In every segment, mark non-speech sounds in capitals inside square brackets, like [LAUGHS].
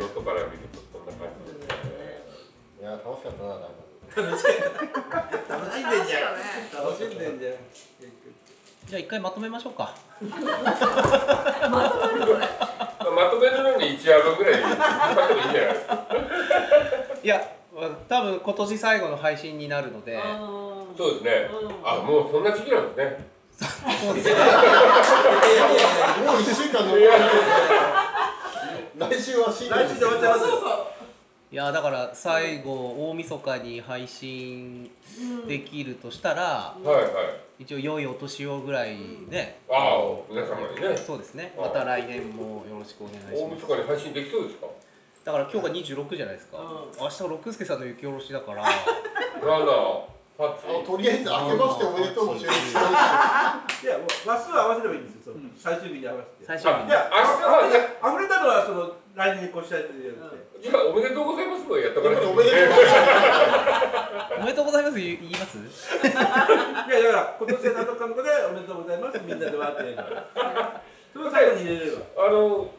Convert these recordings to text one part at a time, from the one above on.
外から見るとそんな感じですよね。いや楽しかったななんか楽しんでんじゃん楽しんでんじゃんじゃあ一回まとめましょうかまあまとめるのに1話分ぐらい引っ張ってもいいんじゃないですか。いや多分今年最後の配信になるのでそうですね。あ、もうそんな時期なんですね。もう一週間のいや [LAUGHS] 来週は新来週で終わっちゃいますよいやだから最後大晦日に配信できるとしたら、はいはい。一応良いお年をぐらいね、ああ、皆様にね。そうですねあまた来年もよろしくお願い大しま晦す日に配信できそうですか。だから今日が26じゃないですか、うん明日六輔さんの雪下ろしだからランナー、パッチ。とりあえず明けましておめでとうも収録してるいやもう話数は合わせればいいんですよ、その最終日に合わせて [LAUGHS] 最初あにいや、明日は、いや、あふれたのはその来年に越したいというよりってじゃあおめでとうございますもやったからおめでとうおめでとうございます言い言いますいやいやだから今年は7日目でおめでとうございますみんなでわーって言えばそれを最後に入れればあの、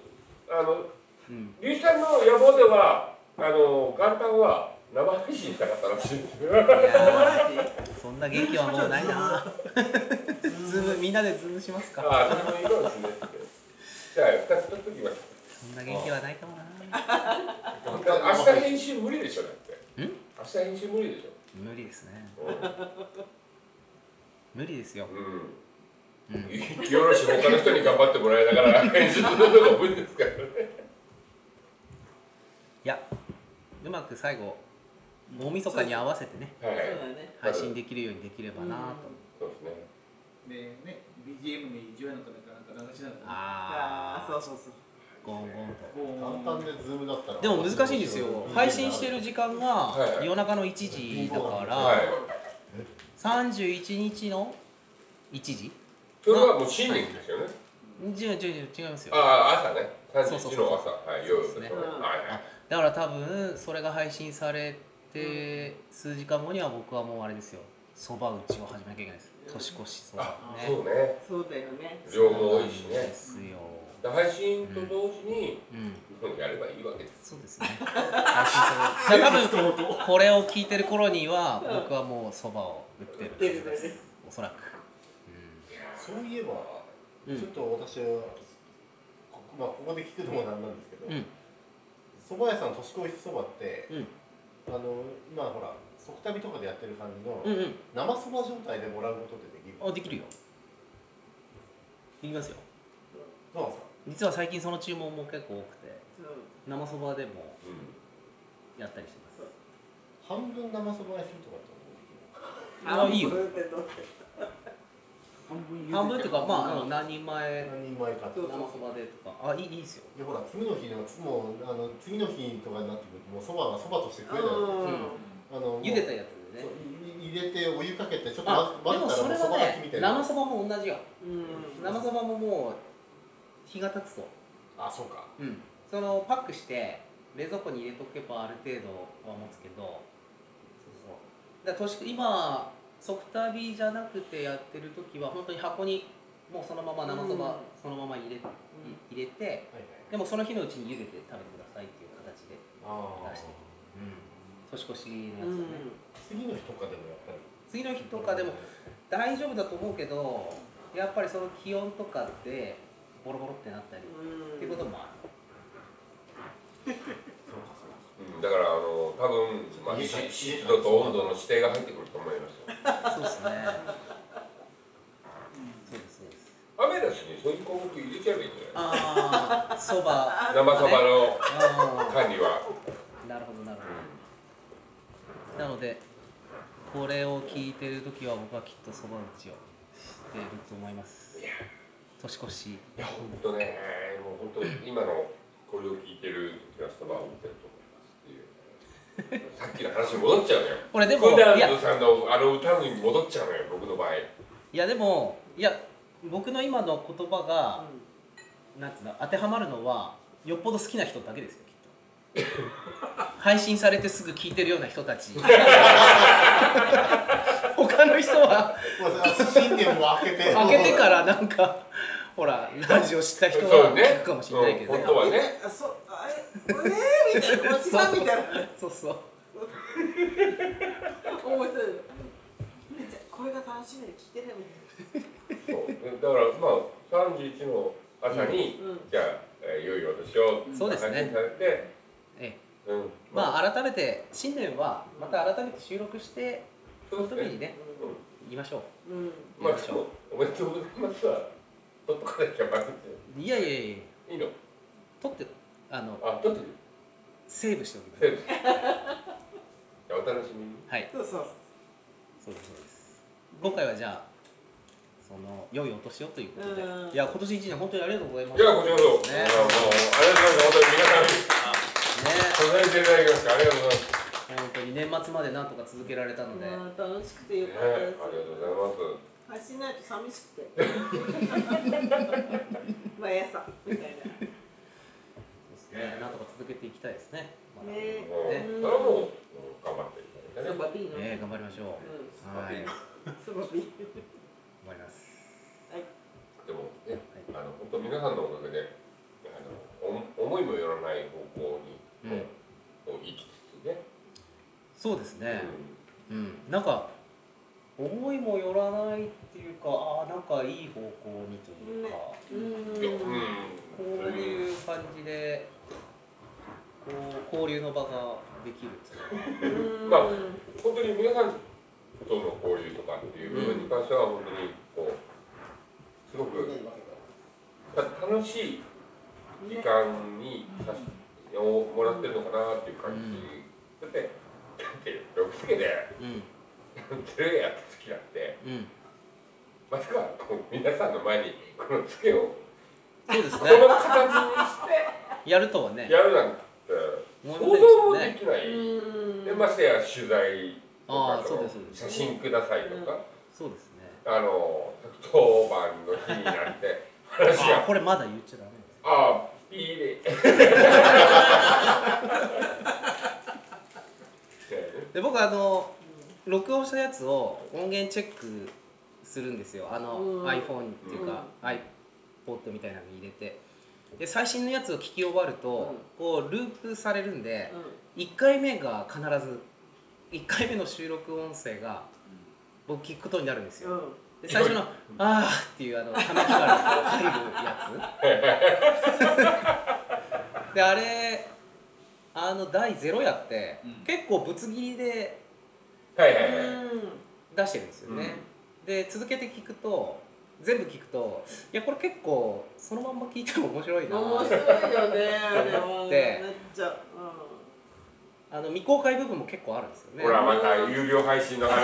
あの、うんリュウさんの野望では、あの、元旦は生配信したかったらしいです。いやバラエティーそんな元気はもうないなズ [LAUGHS] ームみんなでズームしますかああ、それもいいですね。じゃあ、二つ取っときます。そんな元気はないかもな明日編集無理でしょだって。ん明日編集無理でし無理ですねょ。う無理ですよ、ん。うんうん雪下ろし他の人に頑張ってもらいながら編集するのが無理ですからね。いやうまく最後大晦日に合わせてねはいそう。だねそう配信できるようにできればなそと、うですね。でね、BGM にジョイのためかなんか流しながら、ああああそうそうそうゴンゴンとこ簡単でズームだったら [LAUGHS] でも難しいんですよ配信してる時間がはい夜中の1時だから、はい。 31日の1時それはもう新年ですよね。違う違う違う違いますよああ、朝ね。三十そうそう一そうの朝。はい、夜ですそうでね。すねはいはい。だから多分それが配信されて数時間後には僕はもうあれですよそば打ちを始めなきゃいけないです年越しそばあ、ねそうね。そうだよね量も多いしそうなんねで。すよで配信と同時に、うんやればいいわけです。そうですね。配信される多分これを聞いてる頃には僕はもうそばを売ってるはずです。おそらく。そういえばうんちょっと私はこまあここで聞くのもなんなんですけどうん蕎麦屋さん年越しそばってうんあの今ほら即旅とかでやってる感じのうんうん。生そば状態でもらうことってできるあできるよ。できますよ。そうなんですか実は最近その注文も結構多くてうん生そばでもうん。やったりしてます。半分生そばにするとかってことできるあいいよそうだよ半分半分とかまああの何人前何人前かって生そばでとかあいいいいですよ。でほら次の日のもうあの次の日とかになってくるともうそばがそばとして食えないうんあの茹でたややつでね。入れてお湯かけてちょっとあ混でぜもたらそもれうそばは焼きねみたいな生そばも同じよ。うん生そばももう日が経つと。あそうかうん、そのパックして冷蔵庫に入れとけばある程度は持つけどそうそうだから年今即旅じゃなくてやってる時は本当に箱にもうそのまま生そば、うんそのまま入れ,、入れてはいはいでもその日のうちに茹でて食べてくださいっていう形でああ出して年越しうのやつをん次ね、の日とかでもやっぱり次の日とかでも大丈夫だと思うけどやっぱりその気温とかでボロボロってなったりっていうこともあるうん、だからあの多分、まあ、家湿帰湿度と温度の指定が入ってくると思いますよ。そうですねそうですそうですアメダスにそういう項目入れちゃえばいいんじゃああ、そば。ない生そばのあ管理は。あ、なるほどなるほど。なのでこれを聞いてる時は僕はきっとそば打ちをしていると思います。年越し。いや、本当ね、もう本当今のこれを聞いてる時はスタバを持ってると思いますっていう。さっきの話に戻っちゃうのよ。これでもコいンダやーズさんのあの歌に戻っちゃうのよ、僕の場合。いやでもいや僕の今の言葉が、なんつうの当てはまるのはよっぽど好きな人だけですよきっと配信されてすぐ聞いてるような人た [LAUGHS] ち他の人は新年も開けて開けてからなんかほらラジオ知った人そはうね聞くかもしれないけど、うん本当はねあそうあええーみたいな、こっちさんみたいな。そうそう面白いよ。めっちゃこれが楽しみで聞いてるみそうだからまあ31の朝に、うんうんじゃあ、えー、いよいよ私をそうですね話にされて、ええうん、まああ改めて新年はまた改めて収録してそそのう時ですにねね言いましょたいな。うん。うんまあでもおめでとうございますは取っとかなきゃまずいういやいやいやいやいいの撮ってあのあ取ってるセーブしておきまセすーフじゃあお楽しみにはいそうそう。そうですそうです今回はじゃあその良いお年をということでうんいや今年一年本当にありがとうございまいすやこちらこそ、ねいやもうありがとうございます本当ねに皆さん支えていただきましてありがとうございます、ね、本当に年末までなんとか続けられたので、まあ楽しくてよかっありたでがす。とうございます走らないと寂しくて。毎朝みたいな。そうですねなんとか続けていきたいですね。まだねえもう、ねそれはもう頑張っていただいてねそばビーの。ね頑張りましょう。うはい、頑ん。そばビー。張ります。でもねあの本当皆さんのおかげであのお思いもよらない方向に、うんこう行きつつね、そうですね。ううん、なんか思いもよらないっていうか、ああなんかいい方向にというか、んいやうんうん。こういう感じで。こう交流の場ができるっていうん。うかまあ本当に皆さんとの交流とかっていう部分に関しては本当にこうすごくた楽しい時間にさし、をもらってるのかなっていう感じ、だってだって六助でうん、テレビやった時だってうん、まさかこう皆さんの前にこのツケをそうですこね。 [LAUGHS] の形にしてやるとはね、やるなんて思想い像ませんでしもたできなうね。い、ん。でましてや取材とあかあ、そそうのです、そうです。写真くださいとか、そうですね。あの当番の日になって話あーがこれまだ言っちゃダメです。ああいいねねで僕あの録音したやつを音源チェックするんですよあの、うん iPhone っていうか、iPod みたいなのに入れてで最新のやつを聞き終わると、こうループされるんで、1回目が必ず1回目の収録音声が僕聞くことになるんですうよ、ん。うん。で最初の「あー」っていうあのため息が入るやつであれあの第0やって、うん結構ぶつ切りではいはういはいん。出してるんですよね、で続けて聞くと全部聞くといやこれ結構そのまんま聞いても面白いな面白いよね。でめっちゃ。あの未公開部分も結構あるんですよねほらまた有料配信の話が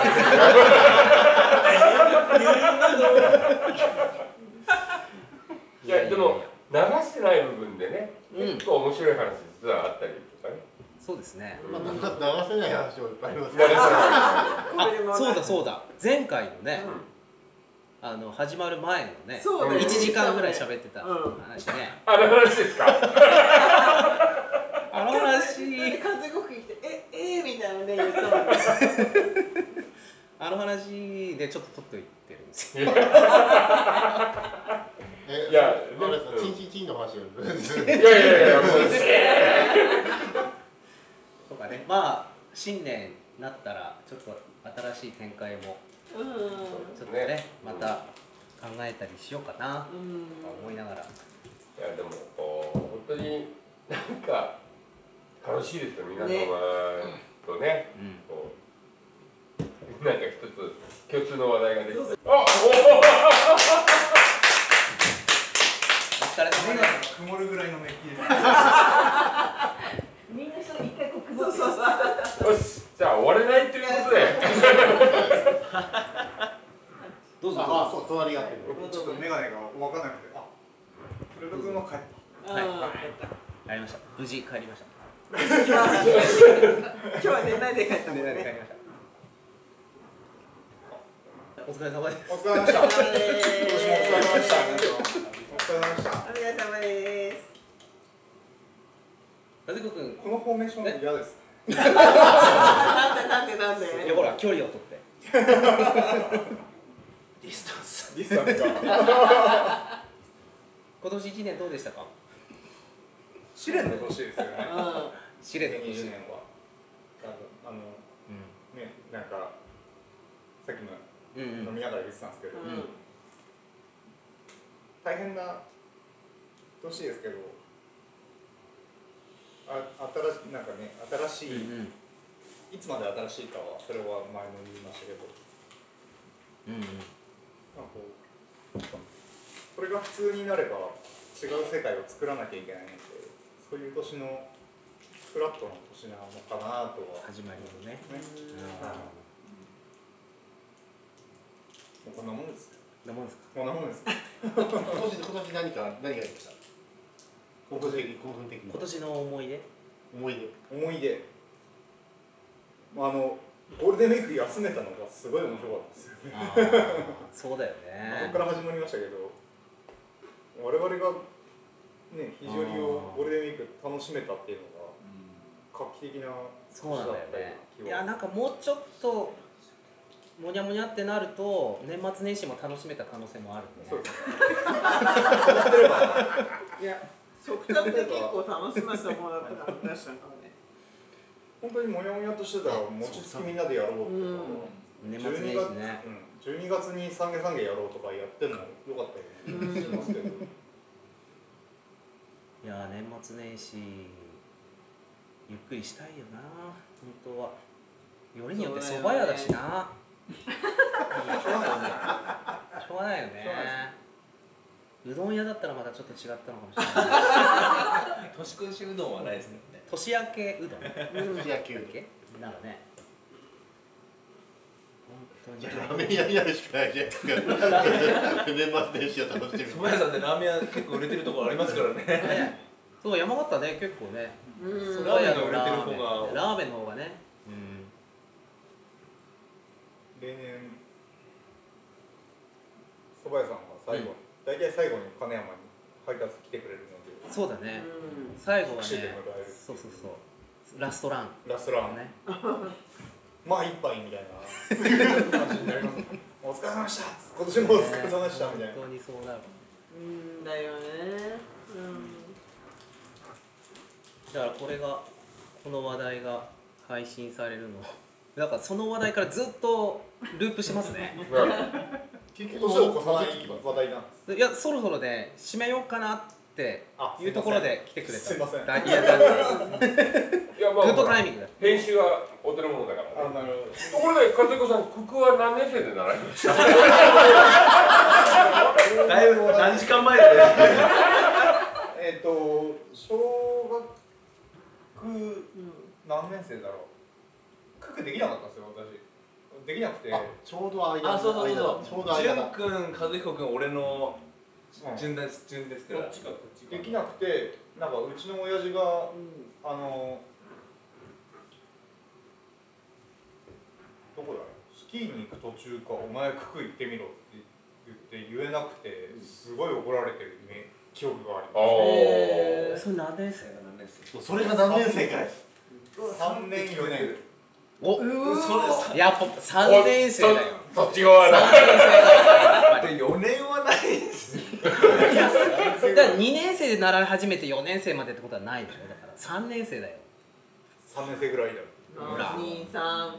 いやでも流してない部分でね、うん結構面白い話実はあったりとかね。そうですねうんまあ、流せない話もいっぱいあります流かしてら。なこあれもそうだそうだ前回のね、うんあの始まる前のねそうだよ1時間ぐらい喋ってたうん話ね、い。あの話ですか。あの話風ごくきてええー、みたいなね言ったもんね。あの話でちょっと取っといてるんですよえいやごめんなうんさい。チンチンチンの [LAUGHS] 話を。 [LAUGHS] いやいやいやもうとかねまあ新年になったらちょっと新しい展開もうんちょっとねまた考えたりしようかなうんとか思いながらいやでもこう本当になんか楽しいですよ皆様とねうんこうなんか一つ共通の話題ができて。あお疲れ様です曇るぐらいの熱気です。みんなそう一回こうそうそうそう。おおよしじゃあ終われないということで。どうぞあ、そう、隣があってる。ちょっと眼鏡が分からなくて。あ、黒田君は帰っうんはいやりました無事帰りました今日は寝ないで帰ったもん帰ね。りましたお疲れ様ですお疲れ様でした。今年もお疲れ様でした。お疲れ様でした。お疲れ様です。和彦君このフォーメーション嫌です。なんでなんでなんで。いやほら距離を取ってディスタンス。リスさんが今年一年どうでしたか [LAUGHS] 試練の年ですよね。シレット2020年は多分あのねなんかさっきもうんうんう飲んみながら言ってたんで [LAUGHS] すけど、ん大変な年ですけどあ新しなんかね新しうい、んいつまで新しいかはそれは前も言いましたけどうんなんかこうそれが普通になれば違う世界を作らなきゃいけないのでそういう年のフラットな年なのかなとは始まりのねねはもうこんなもんですよなもんですかこんなもんですよ今年今年何か何がありました興奮的興奮的今年の思い出思い出思い出まああのゴールデンウィーク休めたのがすごい面白かったですよねそうだよまあそねこから始まりましたけど我々がね非常にをゴールデンウィーク楽しめたっていうのが画期的なそうなんだよね気いはやなんかもうちょっともにゃもにゃってなると年末年始も楽しめた可能性もあるねそうですいや、即答で結構楽しませた方だったから、私なんかはね。本当にもやもやとしてたら餅つきみんなでやろうとか、うん年末年始ねうん、12月に三げ三げやろうとかやってんのよかったよね、うんしてますけどいや年末年始ゆっくりしたいよな本当はよりによって蕎麦屋だしなしょうがないよねしょうがなうどん屋だったらまたちょっと違ったのかもしれない年越しうどんはないですもんね年明けうどん野球だっけなんかね本当にラーメン屋になるしかないじゃないですか年末年始を楽しみに蕎麦屋さんってラーメン屋結構売れてるところありますからねねそう山形ね結構ねうん蕎ラーメン麦屋がの売れてるラー方メンがラーメンの方がね例年蕎麦屋さんが最後、大体最後に金山に配達来てくれるのそうだね最後はねタクシーで迎えるそうそうそうラストランでラストラン、ねまあ一杯みたいな感じになりますお疲れ様でした今年もお疲れ様でしたみたいな本当にそうだろううんだよね。うん。だからこれがこの話題が配信されるのなんかその話題からずっとループしてますね結年を越さない話題なんでいすやそろそろね締めようかなってあいうところで来てくれたすいませんだいやだいいやまやグッドあタイミングだ編集はお手の物だからあねなるほどところで和彦さん国は何年生で習いましただいぶ何時間前でえっ、と小学何年生だろう九九できなかったんですよ私できなくてあちょうど間あ、そうそうそう間だちそょううど間だくん、和彦くん、俺のうん順です順ですからできなくてなんかうちの親父があのどこだスキーに行く途中かお前クク行ってみろって言って言えなくてすごい怒られてるね記憶がありあまーそれ何年生それが何年生かいす三年四年おうんそれさやっぱ3年生だよそそっち側だ3年生だよで4年はないですだから2年生で習い始めて4年生までってことはないでしょだから3年生だよ三年生ぐらいだよ二三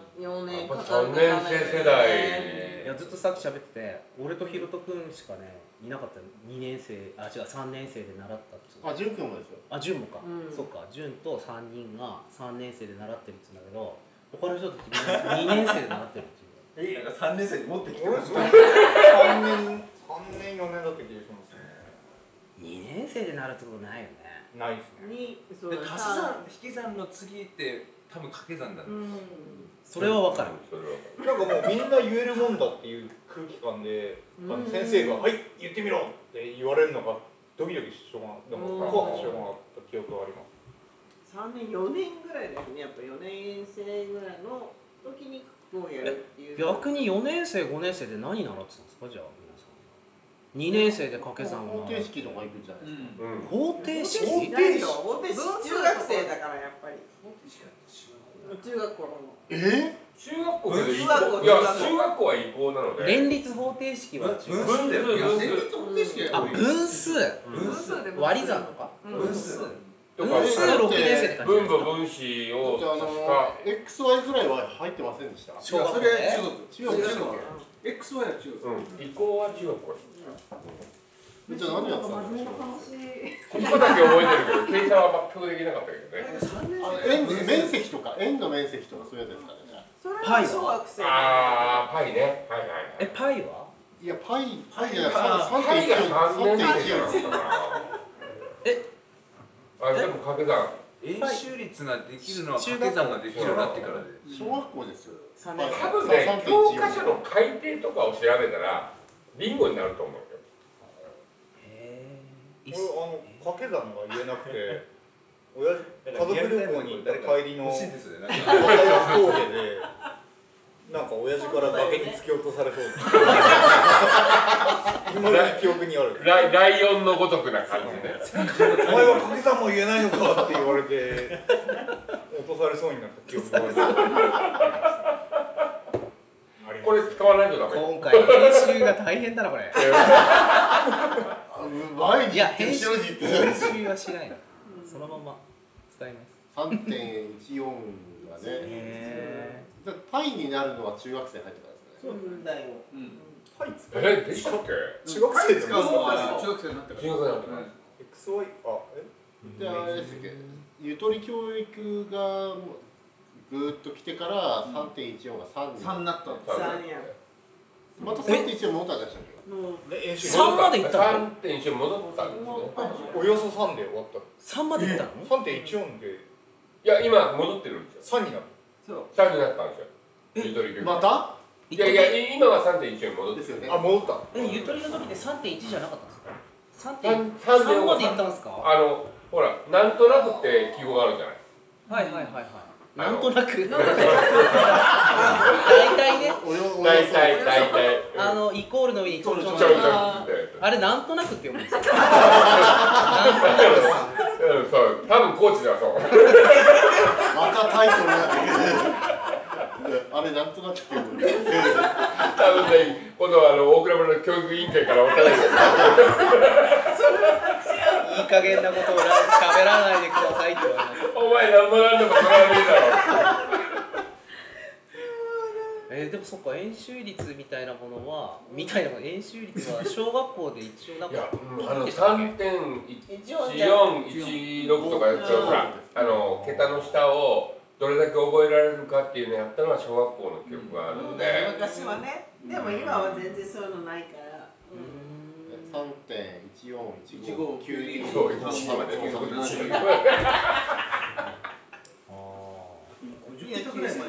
や四年っかぱかる3年からね生世代いやずっとさっき喋ってて俺とひろとくんしかねいなかった2年生あ違う3年生で習ったっていうあ、ジュン君もですよあ潤もか、うんそっか潤と3人が3年生で習ってるって言うんだけど他の人たちみんな2年生で習ってるっていうなんか3年生に持ってきて俺ますすごい3年3年4年だった気がし [LAUGHS] ますね2年生でなるってことないよねないですねにそでうだ足し算引き算の次って多分掛け算だうねん。それは分かる、それはなんかもうみんな言えるもんだっていう空気感で、あうのん先生が「はい言ってみろ!」って言われるのがドキドキしょうがなでも怖くてしょうがなかった記憶があります三年四年ぐらいだよね。やっぱ四年生ぐらいの時にククをやるっていう。逆に4年生5年生で何習ってたんですかじゃあ皆さん2年生で掛け算方を程式とか行くんじゃないですかんうん方程式方程式方程式中学生だからやっぱり。持ってしかし中学校の。え中学校で移中学校行いや中学校中学校は移行なので連立方程式は違う分数だよ分数分数方程式あ分数分数割り算とかうん分数分とか分数6年生って感じ分母分子をじゃああ確のか XY ぐらいは入ってませんでした小学校そねれは中毒中国中国 XY は中う毒ん理工は中学校じゃあ何やってたんですかここだけ覚えてるけど計算は全くできなかったけどね三年あの生円面積とか円の面積とかそういうやつですかねそれは小学生ああパイねはいはいはいえパイはいやパイパイじゃないパイが3年生じゃな3.1かったかなえあでも掛け算円周率ができるのは掛け算ができるようになってからで小学校ですよ三年多分ね教科書の改定とかを調べたらビンゴになると思うよへえ俺あの掛け算が言えなくて [LAUGHS] 親父家族旅行に行った帰りの欲しい峠ですよね [LAUGHS] でなんか親父から崖に突き落とされそう [LAUGHS] で今だに記憶にあるライライオンのごとくな感じでお前は掛け算も言えないのかって言わ [LAUGHS] れて落とされそうになった記憶があるありますこれ使わないとダメ今回編集が大変だなこれあ前にい行やって編後集ろに行って編集はしないなそのまま使います3.14がねへじゃあパイになるのは中学生入ってからですかね問題をうんパイ使うえでしたっけ中学生使う中の学生になってから中学生になってから XY あえであれですっけゆとり教育がぐーっと来てから3.14が3に3になった三やまた3.14戻ったんでしたっけもうで演習三まで行ったの三点一戻ったんですねもうおよそ3で終わった3までいったの3.14でいや今戻ってるんですよ3になったそう三になったんですよゆとり教育またいやいや今は三点一に戻ってですよねあ戻ったえゆとりの時って3.1じゃなかったんですか三3.1三3までいっ三たんですかはあのほらなんとなくって記号があるじゃないいはいはいはいあのなんとなく大体ねおよおよ大そ体大体あのイコールの上にちょろちょろちょろちょろっあて言ってーあれなんとなくって読むんですようんそう多分コーチではそうまたタイトルが出てくるあれなんとなくっていうのに多分ね、今度はあの大倉村の教育委員会からお互いがいい加減なことをら喋らないでくださいって言われますお前なんもなんでも取らねえだろえー、でもそっか演習率みたいなものはみたいなもの演習率は小学校で一応なんいやか、うんあの三点一四とかやつをほら、あの桁の下をどれだけ覚えられるかっていうのやったのは小学校の記憶があるんで、昔はねでも今は全然そういうのないからうーん三点一四一五九二そう一まであー50桁ぐらいまで忘れた記憶ありますね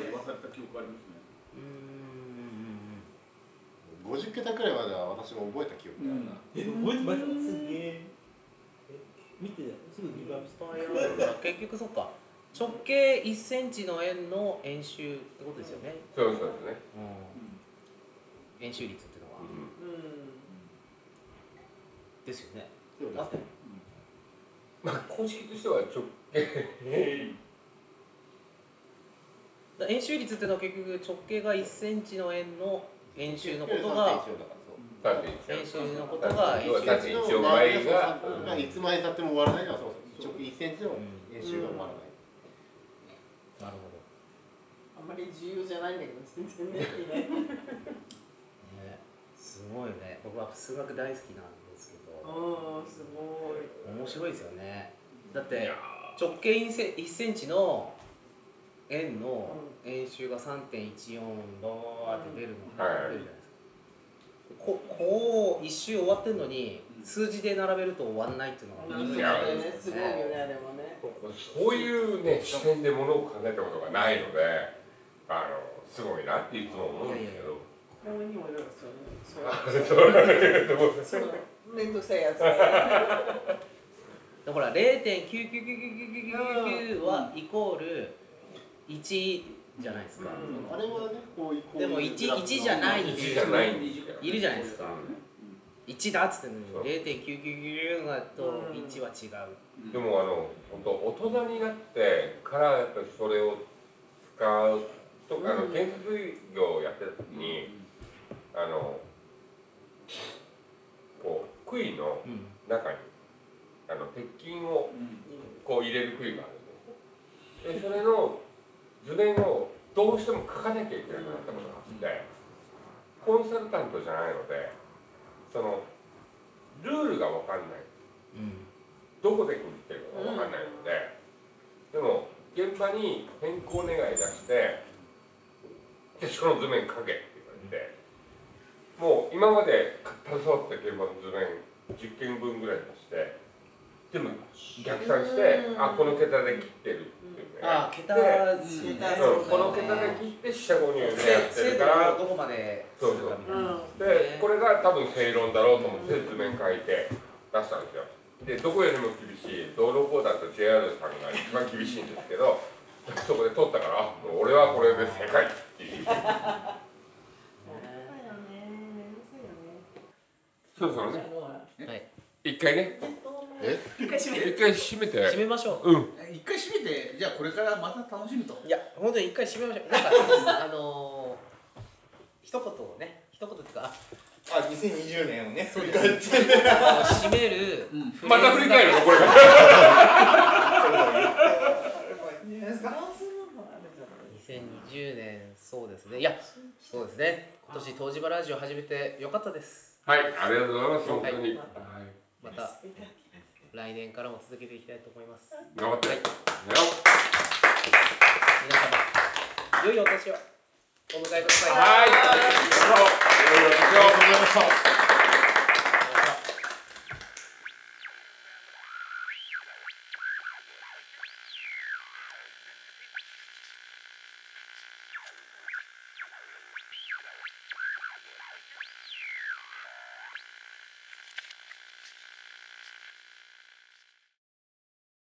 うー五ん十桁くらいまでは私も覚えた記憶があるな。え覚えてましたすげええ見てすぐギブアップし結局そっか直径1センチの円の円周ってことですよね、そうそうですね。円周率っていうのは、うんうですよねでもだってまあ公式としては直径だ円周率っていうのは結局直径が1センチの円の円周のこと3.14だかがらそう三点円一周のことが円要は周三率点一四倍ががいつまでたっても終わらないのはそうそう。直径一センチの円周が終わらない。なるほどんあんまり重要じゃないんだけど全然ねね、すごいね僕は数学大好きなんですけどうんすごい面白いですよねだって直径1センチの円の円周が3.14バーって出るのうんはい出るじゃないですかここう一周終わってんのに数字で並べると終わんないっていうのが面なん白いいかやねすごいよねあれもねそういうね視点でものを考えたことがないのであのすごいなっていつも思うんですけどこういうにもいろいろそう [LAUGHS] そうそそうう面倒くさいやつねだから0.9999999はイコール1じゃないですか、うんあれはねこうこういうでも一一じゃない一じゃないんですよいるじゃないですか、1だっつってんのにそう0.9999がとうん1は違う、でもあの本当大人になってからやっぱりそれを使うとかあのうん建設業をやってた時にあのこう杭の中にあの鉄筋をこう入れる杭があるんででそれの図面をどうしても書かなきゃいけなくなったことがあってコンサルタントじゃないのでそのルールが分かんないどこで区切ってるか分かんないので、でも現場に変更願い出してでその図面書けって言われて、もう今まで携わった現場の図面10件分ぐらい出してでも逆算して、うんあこの桁で切ってるっていうね、あ桁でですね桁うんこのそうです桁でね切って四捨五入でやって精るか度をらどこまですそうるそうかみたいなでこれが多分正論だろうと思って図面書いて出したんですよでどこよりも厳しい道路公団と JR さんが一番厳しいんですけどそこで取ったからあもう俺はこれで世界っていうそうそうねはい一回ねえ一回閉め閉てめましょうん一回閉めてじゃあこれからまた楽しむとういや本当に一回閉めましょうなんかあのー、一言をね一言っていうかあ2020年をねそうですあの締める、また振り返るのこれが [LAUGHS] 2020年そうですねいやそうですね今年東芝ラジオ始めてよかったですはいありがとうございます本当に、はい、また来年からも続けていきたいと思います頑張って、はいやろう皆様良いお年をお迎えくださいはい。どうもありがとうございました。